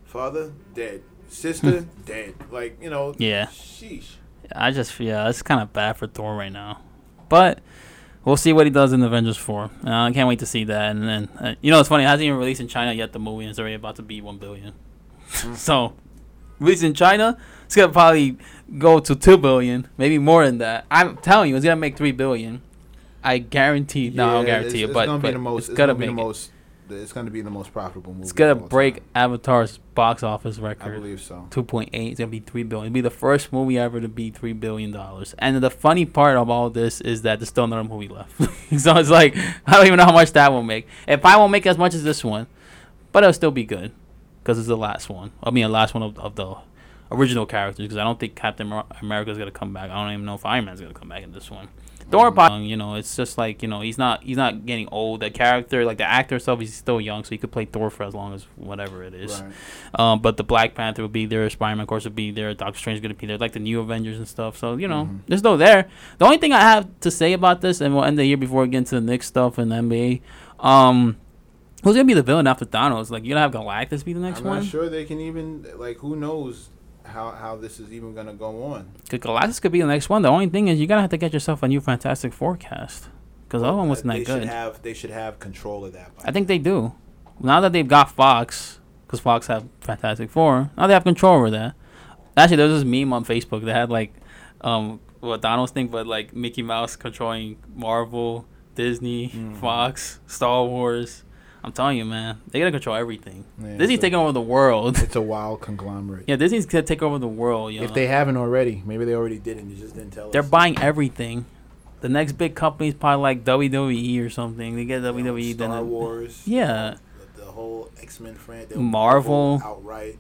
father dead, sister dead, like you know,
Hmm. Yeah.
sheesh.
I just yeah, it's kind of bad for Thor right now, but we'll see what he does in Avengers Four. Uh, I can't wait to see that. And then uh, you know, it's funny, it hasn't even released in China yet. The movie and it's already about to be one billion.
Hmm.
so, released in China, it's gonna probably go to two billion, maybe more than that. I'm telling you, it's gonna make three billion. I guarantee. No, I don't
Yeah,
guarantee
it's,
it, but,
it's gonna
but
be the most.
it's, gonna
be
make
the
it.
most. It's gonna be the most profitable movie.
It's
of
gonna
all
break
time.
Avatar's box office
I
record.
believe so.
2.8 it's gonna be 3 billion it'll be the first movie ever to be 3 billion dollars and the funny part of all this is that there's still another movie left so it's like i don't even know how much that will make if i won't make as much as this one but it'll still be good because it's the last one i mean the last one of, of the original characters because i don't think captain Mar- america's gonna come back i don't even know if iron man's gonna come back in this one Thor, Bach- you know, it's just like you know, he's not he's not getting old. The character, like the actor himself, he's still young, so he could play Thor for as long as whatever it is.
Right.
Um, but the Black Panther will be there. Spider Man, of course, will be there. Doctor Strange is going to be there. Like the new Avengers and stuff. So, you
Mm-hmm.
know, there's no there. The only thing I have to say about this, and we'll end the year before we get into the Knicks stuff and the NBA, um, who's going to be the villain after Thanos? Like, you're going to have Galactus be the next
I'm
one?
not sure they can even like. Who knows how how this is even gonna go on?
'Cause Galactus could be the next one. The only thing is, you're going to have to get yourself a new Fantastic Forecast. Because the other
Uh,
one wasn't
they
that good.
Should have, they should have control of that. by
I think they do. Now that they've got Fox, because Fox have Fantastic Four, now they have control over that. Actually, there was this meme on Facebook that had like, um, what Donald's thing, but like Mickey Mouse controlling Marvel, Disney,
Mm.
Fox, Star Wars. I'm telling you, man, they gotta control everything.
Yeah,
Disney's
so-
taking over the world.
It's a wild conglomerate.
yeah, Disney's gonna take over the world. You
If
know?
they haven't already, maybe they already did.
didn't. You just didn't tell
They're
us.
buying everything. The next big company's probably like WWE or something. They get
You know,
WWE.
Star
E then
Wars.
Yeah.
The, the whole X Men fran they'll
Marvel.
control outright.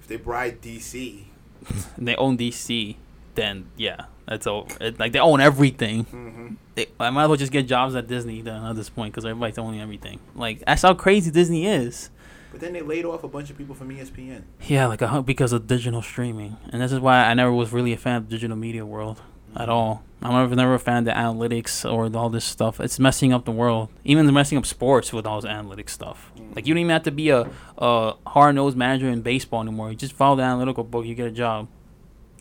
If they buy DC,
and they own DC, then yeah, that's all. It, like they own everything.
Mm-hmm.
They, I might as well just get jobs at Disney then at this point because everybody's owning everything. Like that's how crazy Disney is.
but then they laid off a bunch of people
E
from ESPN.
Yeah, like a, hun- because of digital streaming, and this is why I never was really a fan of the digital media world at all. I'm never, never a fan of the analytics or all this stuff. It's messing up the world, even messing up sports with all this analytics stuff. Like you don't even have to be a, a hard nosed manager in baseball anymore. You just follow the analytical book, you get a job.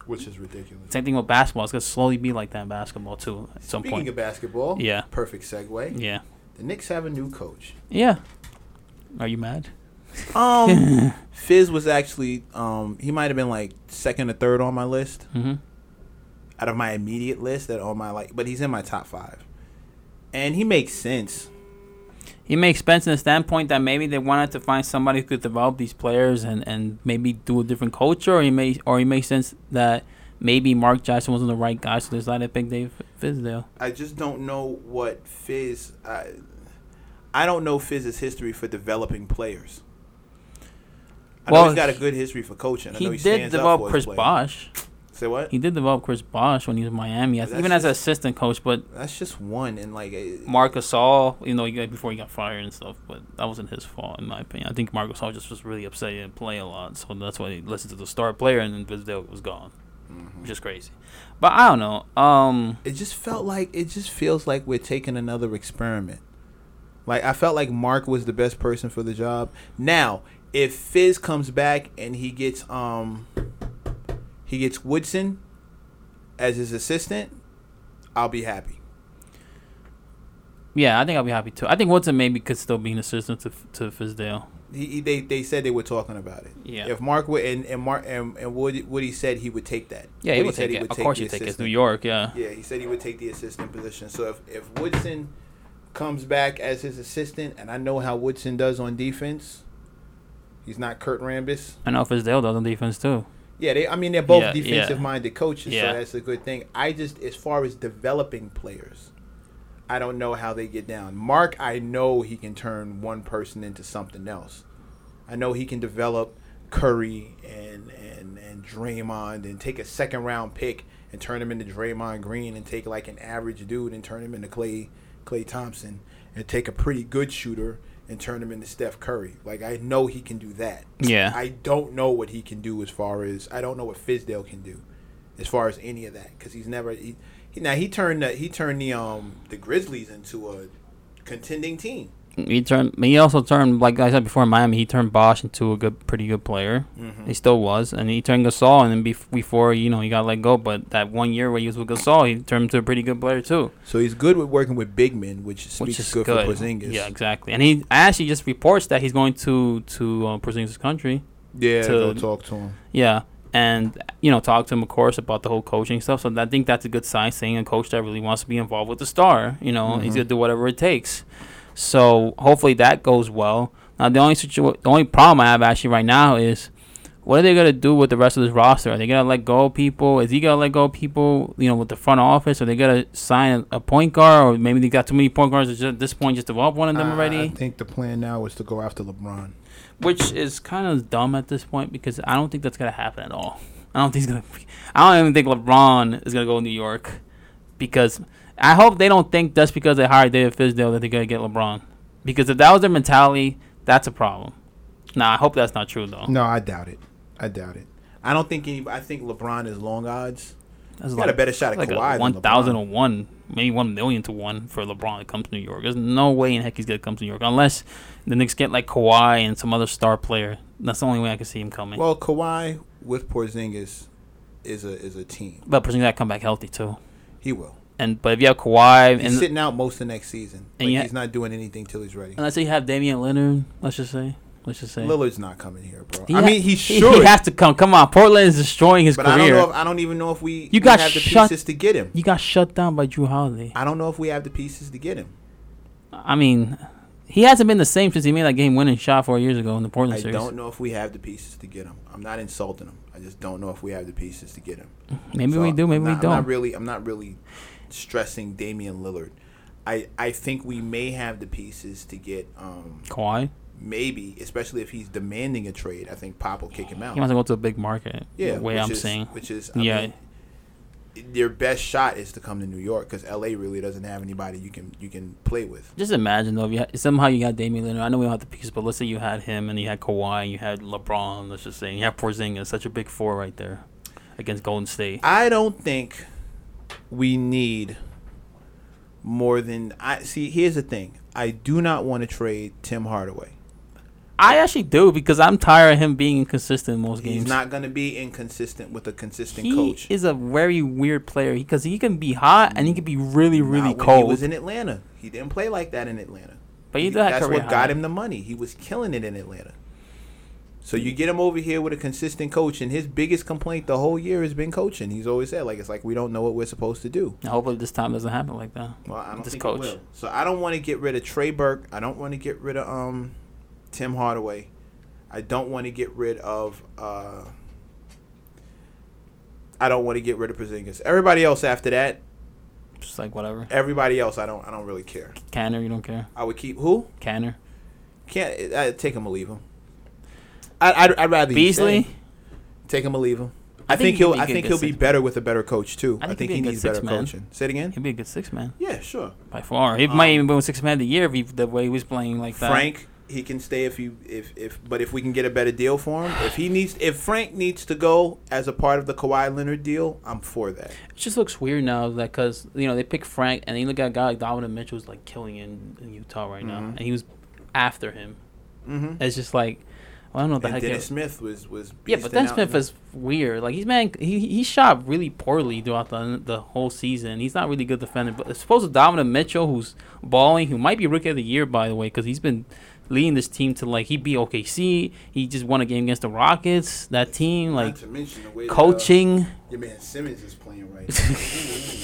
Which is ridiculous.
Same thing with basketball. It's gonna slowly be like that in basketball too. At some
Speaking
point.
of basketball,
Yeah.
perfect segue.
yeah.
The Knicks have a new coach.
Yeah. Are you mad?
Um, Fizz was actually um he might have been like second or third on my list
Mm-hmm.
out of my immediate list that on my like, but he's in my top five, and he makes sense.
It makes sense in the standpoint that maybe they wanted to find somebody who could develop these players and, and maybe do a different culture, or it may or it makes sense that maybe Mark Jackson wasn't the right guy, so they decided to pick Dave Fizdale.
I just don't know what Fizz. I, I don't know Fizz's history for developing players. I
Well,
know he's got a good history for coaching. I
He
know he
did
stands up for
develop
his
Chris
players.
Bosch.
Say what?
He did develop Chris Bosch when he was in Miami, as,
That's
even as an
just-
assistant coach. But
That's just one, and like it-
Marcus All, you know, he got- before he got fired and stuff, but that wasn't his fault, in my opinion. I think Marcus All just was really upset he didn't play a lot, so that's why he listened to the star player, and then Vizdale was gone,
mm-hmm.
which is crazy. But I don't know. Um,
it just felt like it just feels like we're taking another experiment. Like I felt like Mark was the best person for the job. Now, if Fizz comes back and he gets um he gets Woodson as his assistant, I'll be happy.
yeah, I think I'll be happy too. I think Woodson maybe could still be an assistant to to Fizdale.
He, he- they they said they were talking about it.
Yeah.
If Mark would and and Mark and, and Woody, Woody said he would take that.
Yeah, he
Woody
would
said
take it. Of
take
course,
the
you take it. It's New
assistant.
York, yeah.
Yeah, he said he would take the assistant position. So if, if Woodson comes back as his assistant, and I know how Woodson does on defense, he's not Kurt Rambis.
I know Fizdale does on defense too.
Yeah, they. I mean, they're both
Yeah, yeah.
defensive minded coaches,
Yeah.
so that's a good thing. I just, as far as developing players, I don't know how they get down. Mark, I know he can turn one person into something else. I know he can develop Curry and and and Draymond and take a second round pick and turn him into Draymond Green and take like an average dude and turn him into Clay Clay Thompson and take a pretty good shooter and turn him into Steph Curry. Like I know he can do that.
Yeah.
I don't know what he can do as far as I don't know what Fizdale can do as far as any of that cuz he's never he, he now he turned the, he turned the um the Grizzlies into a contending team.
He turned. He also turned, like I said before, in Miami. He turned Bosch into a good, pretty good player.
Mm-hmm.
He still was, and he turned Gasol. And then bef- before, you know, he got let go. But that one year where he was with Gasol, he turned into a pretty good player too,
So he's good with working with big men, which speaks
which is
good,
good.
for Porzingis.
Yeah, exactly. And he actually just reports that he's going to to uh, Porzingis' country.
Yeah,
To-
go talk to him.
Yeah, and you know talk to him of course about the whole coaching stuff. So I think that's a good sign, seeing a coach that really wants to be involved with the star. You know,
Mm-hmm.
he's gonna do whatever it takes. So hopefully that goes well. Now the only situa- the only problem I have actually right now is what are they gonna do with the rest of this roster? Are they gonna let go of people? Is he gonna let go of people? You know, with the front office, are they gonna sign a, a point guard, or maybe they got too many point guards at ju- at this point? Just develop one of them already,
I, I think the plan now is to go after LeBron.
which is kind of dumb at this point because I don't think that's gonna happen at all. I don't think he's gonna. I don't even think LeBron is gonna go to New York because I hope they don't think just because they hired David Fisdale that they're gonna get LeBron because if that was their mentality, that's a problem. Nah, I hope that's not true though.
No, I doubt it. I doubt it.
I don't think any. I think LeBron is long odds.
That's
He's got a better shot at
like
Kawhi
a
than
one thousand
LeBron.
to one, maybe one million to one for LeBron to come to New York. There's no way in heck he's gonna come to New York unless the Knicks get like Kawhi and some other star player. That's the only way I can see him coming.
Well,
Well,
Kawhi with Porzingis is a is a team.
but Porzingis got to come back healthy too.
He will.
And but if you have Kawhi
He's
and
sitting out most of next season.
And
Like,
yet-
he's not doing anything till he's ready.
and let's say you have Damian Leonard, let's just say, let's just say,
Lillard's not coming here, bro.
He
I
ha-
mean, he
he,
should,
he has to come. Come on, Portland is destroying his
but I don't
career.
know. If, I don't even know if we
You
we
got
have the
shut-
pieces to get him.
you got shut down by Drew Holiday.
I don't know if we have the pieces to get him.
I mean, he hasn't been the same since he made that game-winning shot four years ago in the Portland
I
series.
don't know if we have the pieces to get him. I'm not insulting him. I just don't know if we have the pieces to get him.
maybe
So
we do, maybe
I'm
we
not-
don't.
I'm not really. I'm not really stressing Damian Lillard. I I think we may have the pieces to get um
Kawhi,
maybe especially if he's demanding a trade. I think Pop will kick him out.
he wants to go to a big market. Yeah,
yeah,
the way
which
I'm
is,
saying.
which is I
Yeah.
mean, your best shot is to come to New York because L.A. really doesn't have anybody you can you can play with.
Just imagine though, if you ha- somehow you got Damian Leonard. I know we don't have the pieces, but let's say you had him and you had Kawhi, and you had LeBron. Let's just say and you had Porzingis, such a big four right there against Golden State.
I don't think we need more than I see. Here's the thing: I do not want to trade Tim Hardaway.
I actually do because I'm tired of him being inconsistent in most games.
He's not going to be inconsistent with a consistent
He
coach.
is a very weird player because he can be hot and he can be really,
Not
really
when He
cold.
was in Atlanta. He didn't play like that in Atlanta.
but he,
He-
did have
that's
career
what got
high.
him the money. He was killing it in Atlanta. So you get him over here with a consistent coach, and his biggest complaint the whole year has been coaching. He's always said like it's like we don't know what we're supposed to do.
Now, hopefully, this time doesn't happen like that.
Well, I don't
This
think
coach.
It will. So I don't want to get rid of Trey Burke. I don't want to get rid of um Tim Hardaway. I don't want to get rid of uh I don't want to get rid of Porzingis. Everybody else after that,
Just like whatever.
everybody else, I don't, I don't really care.
Canner, you don't care.
I would keep who?
Canner.
Can't I take him or leave him? I, I'd, I'd rather you
Beasley.
stay. Take him or leave him.
I
I,
think he'd
think, he'll.
be
I
good
think
good
he'll be
six-
better with a better coach too.
I
I
think
think,
he'd
he
be a
needs
good
better
six-man.
coaching. Say it again.
He'd be a good six man
Yeah, sure.
by far. He might even be a six man of the year if he, the way he was playing like that.
Um, Frank, he can stay if you if if. But if we can get a better deal for him, if he needs, if Frank needs to go as a part of the Kawhi Leonard deal, I'm for that.
It just looks weird now that because you know they pick Frank and then you look at a guy like Donovan Mitchell who's like killing it in, in Utah right now,
Mhm.
and he was after him.
Mm-hmm.
It's just like well, I don't know what the
And
heck.
Dennis
it-
Smith was was.
Yeah, but
beasting
then
out
Smith
in-
is weird. Like he's man, he he shot really poorly throughout the the whole season. He's not really good defender. But as opposed to Donovan Mitchell, who's balling, who might be rookie of the year by the way, because he's been leading this team to like he beat OKC. He just won a game against the Rockets. That team
Not
like
to mention the way that, uh,
coaching.
your man Simmons is playing right now.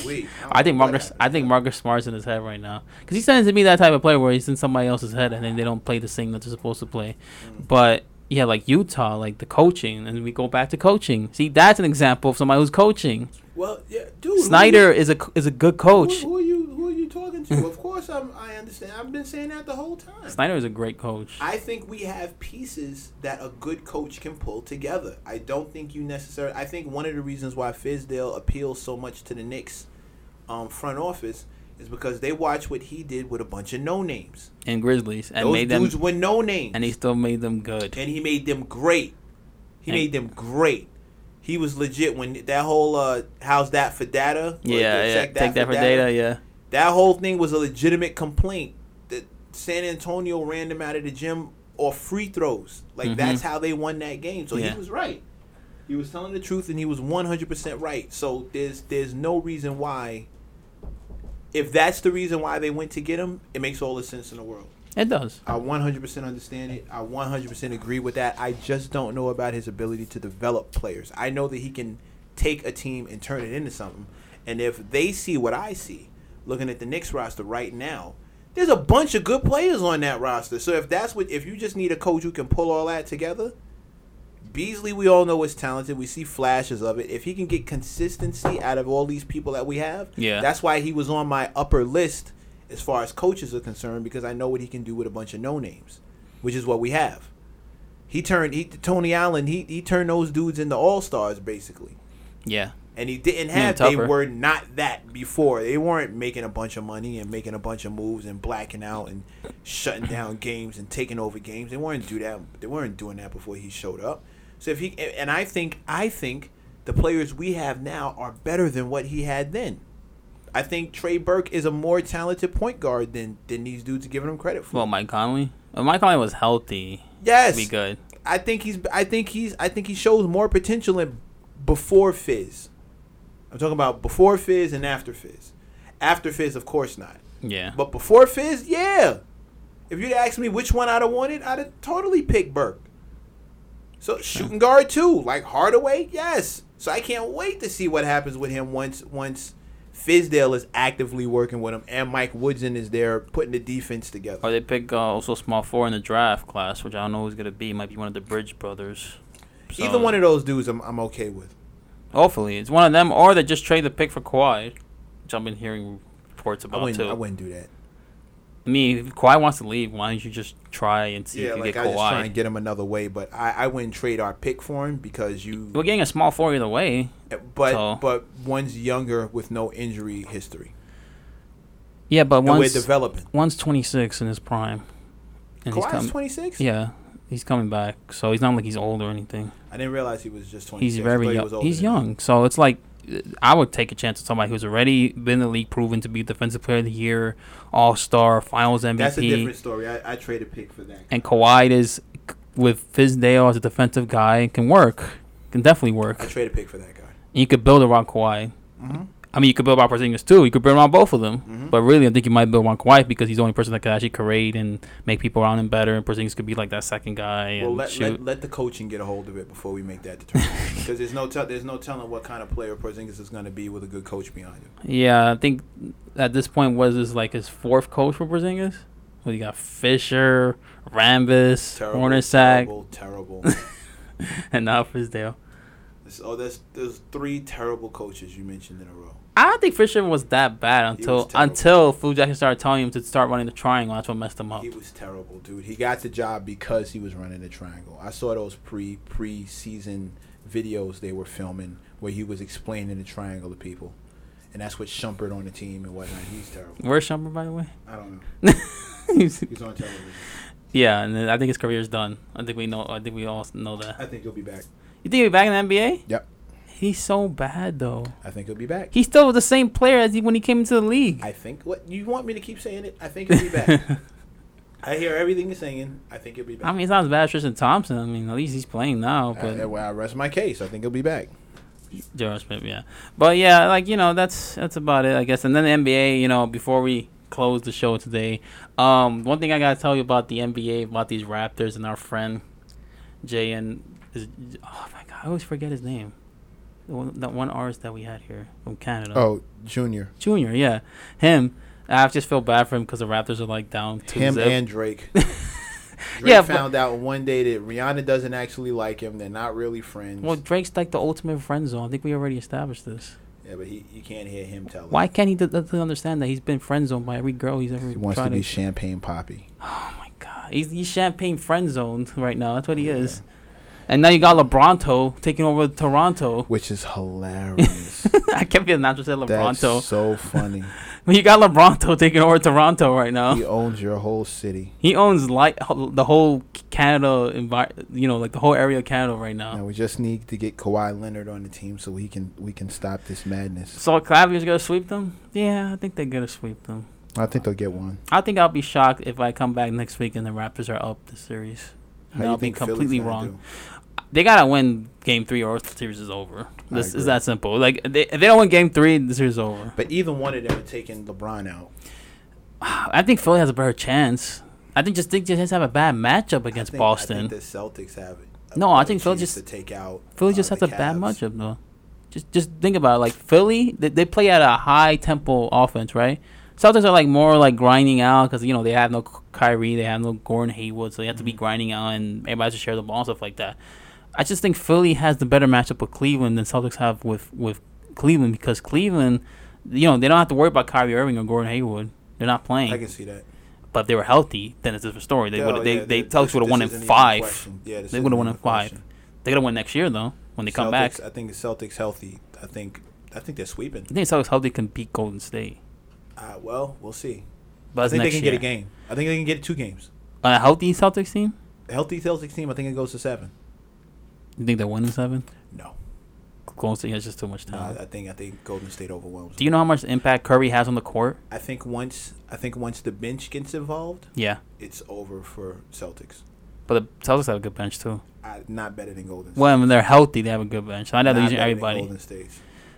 Ooh, wee.
I
don't know what
think Marcus.
happened.
I think Marcus Smart's in his head right now because he tends to be that type of player where he's in somebody else's head and then they don't play the thing that they're supposed to play.
Mm.
But yeah, like Utah, like the coaching, and we go back to coaching. See, that's an example of somebody who's coaching.
Well, yeah, dude. who
Snyder
you-
is a is a good
Who,
coach.
who are you? Who are you talking to? of course, I'm, I understand. I've been saying that the whole time.
Snyder is a great coach.
I think we have pieces that a good coach can pull together. I don't think you necessarily. I think one of the reasons why Fizdale appeals so much to the Knicks um, front office is because they watched what he did with a bunch of no names.
And Grizzlies and
Those
made them
dudes were no names,
and he still made them good.
and he made them great. He
And-
made them great. He was legit when that whole uh, "How's that for data?" Or
yeah, yeah.
check
Take that for data. Yeah.
that whole thing was a legitimate complaint that San Antonio ran them out of the gym or free throws. Like
Mhm.
that's how they won that game. So
Yeah.
he was right. He was telling the truth and he was 100% right. So there's there's no reason why if that's the reason why they went to get him, it makes all the sense in the world.
It does.
I 100% understand it. I 100% agree with that. I just don't know about his ability to develop players. I know that he can take a team and turn it into something. And if they see what I see, looking at the Knicks roster right now, there's a bunch of good players on that roster. So if that's what, if you just need a coach who can pull all that together, Beasley, we all know is talented. We see flashes of it. If he can get consistency out of all these people that we have,
Yeah.
that's why he was on my upper list as far as coaches are concerned because I know what he can do with a bunch of no names, which is what we have. He turned he Tony Allen. He he turned those dudes into all stars basically,
Yeah.
and he didn't have. they
Tupper.
were not that before. They weren't making a bunch of money and making a bunch of moves and blacking out and shutting down games and taking over games. They weren't do that. They weren't doing that before he showed up. So if he and I think I think the players we have now are better than what he had then. I think Trey Burke is a more talented point guard than than these dudes are giving him credit for.
Well, Mike Conley. If Mike Conley was healthy,
yes,
be good.
I think he's. I think he's. I think he shows more potential in before Fizz. I'm talking about before Fizz and after Fizz. After Fizz, of course not.
Yeah.
But before Fizz, yeah. If you'd asked me which one I'd have wanted, I'd have totally picked Burke. So shooting guard too, like Hardaway, yes. So I can't wait to see what happens with him once once Fizdale is actively working with him and Mike Woodson is there putting the defense together.
or they pick uh, also small four in the draft class, which I don't know who's gonna be. Might be one of the Bridge brothers. So-
Either one of those dudes, I'm, I'm okay with.
Hopefully, it's one of them, or they just trade the pick for Kawhi, which I've been hearing reports
I
about
wouldn't,
too.
I wouldn't do that.
I mean, if Kawhi wants to leave, why don't you just try and see
Yeah,
if you
like
get
I just try and
Kawhi?
get him another way, but I, I wouldn't trade our pick for him because you.
We're getting a small four either way.
But
So-
but one's younger with no injury history,
Yeah, but
and we're
once
developing.
one's twenty six in his prime, and he's
Kawhi's
coming.
twenty six.
Yeah, he's coming back, so he's not like he's old or anything.
I didn't realize he was just twenty six.
He's very young. He's young, so it's like uh, I would take a chance on somebody who's already been in the league, proven to be defensive player of the year, All Star, Finals MVP.
That's a different
story. I, I traded pick for that.
and Kawhi is with Fizdale as a defensive guy can work, can definitely work.
I
And
trade a pick for that guy.
you could build around Kawhi.
Mhm.
I mean, you could build around Porzingis too. You could build around both of them.
Mhm.
But really, I think you might build around Kawhi because he's the only person that can actually create and make people around him better. And Porzingis could be like that second guy and
Well, let,
shoot.
let, let the coaching get a hold of it before we make that determination, because there's no tell there's no telling what kind of player Porzingis is going to be with a good coach behind him.
yeah, I think at this point was this like his fourth coach for Porzingis. Well, you got Fisher, Rambis, Hornacek,
terrible, terrible.
and now Fizdale.
This- oh, there's there's three terrible coaches you mentioned in a row.
I don't think Fisher was that bad
was
until
terrible.
until Phil Jackson started telling him to start running the triangle. That's what messed him up.
He was terrible, dude. He got the job because he was running the triangle. I saw those pre pre season videos they were filming where he was explaining the triangle to people, and that's what Shumpert on the team and whatnot. He's terrible.
Where's Shumpert, by the way?
I don't know.
He's-
He's on television.
yeah, and then I think his career's done. I think we know. I think we all know that.
I think he'll be back.
You think he'll be back in the NBA?
Yep.
He's so bad though.
I think he'll be back.
He's still the same player as he, when he came into the league.
I think what you want me to keep saying it. I think he'll be back. I hear everything you're saying. I think he'll be back.
I mean, it's not as bad as Tristan Thompson. I mean, at least he's playing now. But
I, I rest my case. I think he'll be back.
Gerald Smith, yeah. But yeah, like you know, that's that's about it, I guess. And then the NBA, you know, before we close the show today, um, one thing I gotta tell you about the NBA, about these Raptors and our friend Jay and is, oh my god, I always forget his name. The one, that one artist that we had here from Canada,
Oh, Junior,
Junior, yeah, him. I just feel bad for him because the Raptors are like down two
him
zip.
and Drake. Drake
Yeah, but-
found out one day that Rihanna doesn't actually like him. They're not really friends.
well, Drake's like the ultimate friend zone. I think we already established this.
Yeah, but he you can't hear him tell.
Why can't he d- doesn't understand that he's been friend zoned by every girl he's ever
He wants
tried
to be champagne poppy.
Oh my god, he's, he's champagne friend zoned right now. That's what he is. And now you got LeBronto taking over Toronto.
Which is hilarious.
I can't be not just say
That's
LeBronto.
so funny.
But you got LeBronto taking over Toronto right now.
He owns your whole city.
He owns like the whole Canada, envi- you know, like the whole area of Canada right now.
Now we just need to get Kawhi Leonard on the team so he can we can stop this madness.
So Clavier's gonna sweep them? Yeah, I think they're gonna sweep them.
I think they'll get one.
I think I'll be shocked if I come back next week and the Raptors are up the series.
How
I'll
you
be
think Philly's
completely
gonna
wrong.
do?
they gotta win game three or the series is over.
I
This is
agree.
that simple. Like they, if they don't win game three, the series is over.
But either one of them are taking LeBron out.
I think Philly has a better chance I think just think just have a bad matchup against
think-
Boston.
I think the Celtics have it.
No, I think Philly
Philly
just-
to take out.
Philly
uh,
just has
the
a bad
Cavs.
matchup though. Just just think about it. like Philly, they, they play at a high tempo offense, right? Celtics are like more like grinding out because you know they have no Kyrie, they have no Gordon Haywood, so they have
Mm-hmm.
to be grinding out and everybody has to share the ball and stuff like that. I just think Philly has the better matchup with Cleveland than Celtics have with with Cleveland because Cleveland, you know, they don't have to worry about Kyrie Irving or Gordon Haywood. They're not playing.
I can see that.
but if they were healthy, then it's a different story. They
Yeah,
would they
yeah,
they
th-
Celtics
this-
would have
this
won in
isn't even a
five.
question. Yeah, this
They
isn't
would have
even
won
a
in five.
question.
They gotta win next year though when they come back.
Celtics- I think the Celtics healthy. I think I think they're sweeping.
I think Celtics hope they can beat Golden State.
Uh, well, we'll see.
But
I
that's
think they
next
can
year.
get a game. I think they can get two games.
A healthy Celtics team?
Healthy Celtics team. I think it goes to seven.
You think they're winning seven?
No,
Golden State has just too much
no
talent.
I think I think Golden State overwhelms.
Do you know how much impact Curry has on the court?
I think once I think once the bench gets involved,
Yeah.
it's over for Celtics.
But the Celtics have a good bench too.
I, not better than Golden.
Well, when they're healthy, they have a good bench. I know
Not
they're using
better than
everybody.
Golden State.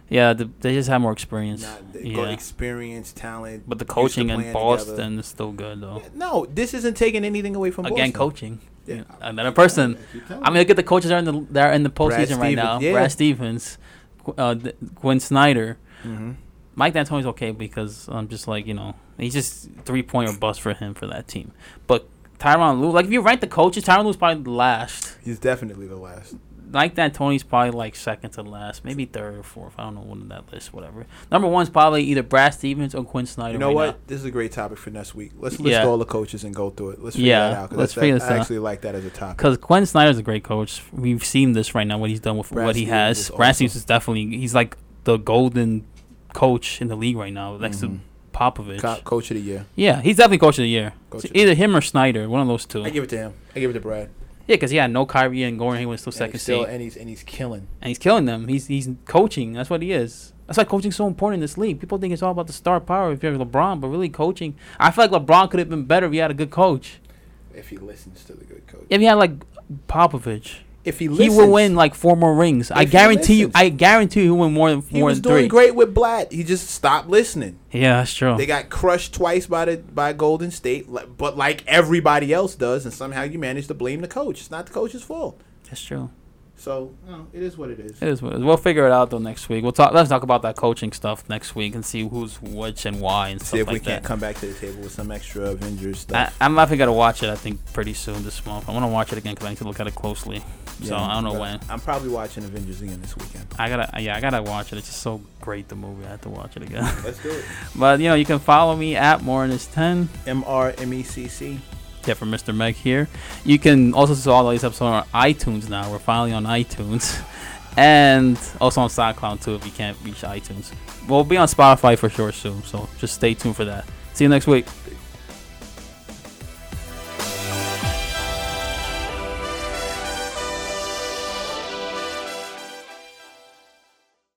Yeah, the, they just have more experience.
Not they got
yeah.
experience, talent.
But the
used to
coaching in
playing
Boston
together.
is still good though.
No, this isn't taking anything away from
Oh. Again,
Boston.
coaching.
Yeah.
Another person. I mean, look at the coaches that are in the that are in the postseason right
Stevens,
now.
yeah.
Brad Stevens, Qu- uh, th- Gwen Snyder.
Mm-hmm.
Mike D'Antoni's okay because I'm just like you know he's just three point or bust for him for that team. But Tyron Lue, like if you rank the coaches, Tyron Lue's probably last.
He's definitely the last.
Mike D'Antoni's probably like second to last, maybe third or fourth. I don't know what in that list, whatever. Number one's probably either Brad Stevens or Quinn Snyder.
You know
right
what?
now.
This is a great topic for next week. Let's list
Yeah.
all the coaches and go through it. Let's figure
Yeah,
that out. 'cause
let's
that's-
figure this
I
out.
actually like that as a topic.
Because Quinn Snyder's a great coach. We've seen this right now, what he's done with
Brad
what he
Stevens
has.
is
Brad
awesome.
Stevens is definitely, he's like the golden coach in the league right now, next to
Mhm.
Popovich.
Co- coach of the year.
Yeah, he's definitely coach of the year.
Coach
So
of the
either him or Snyder, one of those two.
I give it to him. I give it to Brad.
Yeah, because he had no Kyrie and Gordon Hayward still
and
second
he's still,
seed,
and he's and he's killing.
and he's killing them. He's he's coaching. That's what he is. That's why coaching's so important in this league. People think it's all about the star power if you're LeBron, but really coaching. I feel like LeBron could have been better if he had a good coach.
If he listens to the good coach.
If he had like Popovich,
If he
he
listens,
would win like four more rings. I
If he
guarantee you.
listens.
I guarantee you, he win more than
He
more
was
than
doing
three. Oh.
great with Blatt. He just stopped listening.
Yeah, that's true.
They got crushed twice by the by Golden State, li- but like everybody else does, and somehow you manage to blame the coach. It's not the coach's fault.
That's true.
So no, it is what it is.
It is what it is. We'll figure it out though next week. We'll talk. Let's talk about that coaching stuff next week and see who's which and why and stuff
See if
like
we can't
that.
come back to the table with some extra Avengers
I,
stuff.
I'm definitely gonna watch it. I think pretty soon this month. I want to watch it again because I need to look at it closely. so I don't know
but
when.
I'm probably watching Avengers again this weekend.
I gotta, yeah, I gotta watch it. It's just so great the movie. I have to watch it again.
Let's do it.
but you know, you can follow me at Morinus10.
M R M E C C.
Yeah, from Mr. Meg here. You can also see all these episodes on iTunes now. We're finally on iTunes, and also on SoundCloud too. If you can't reach iTunes, we'll be on Spotify for sure soon. So just stay tuned for that. See you next week.
Peace.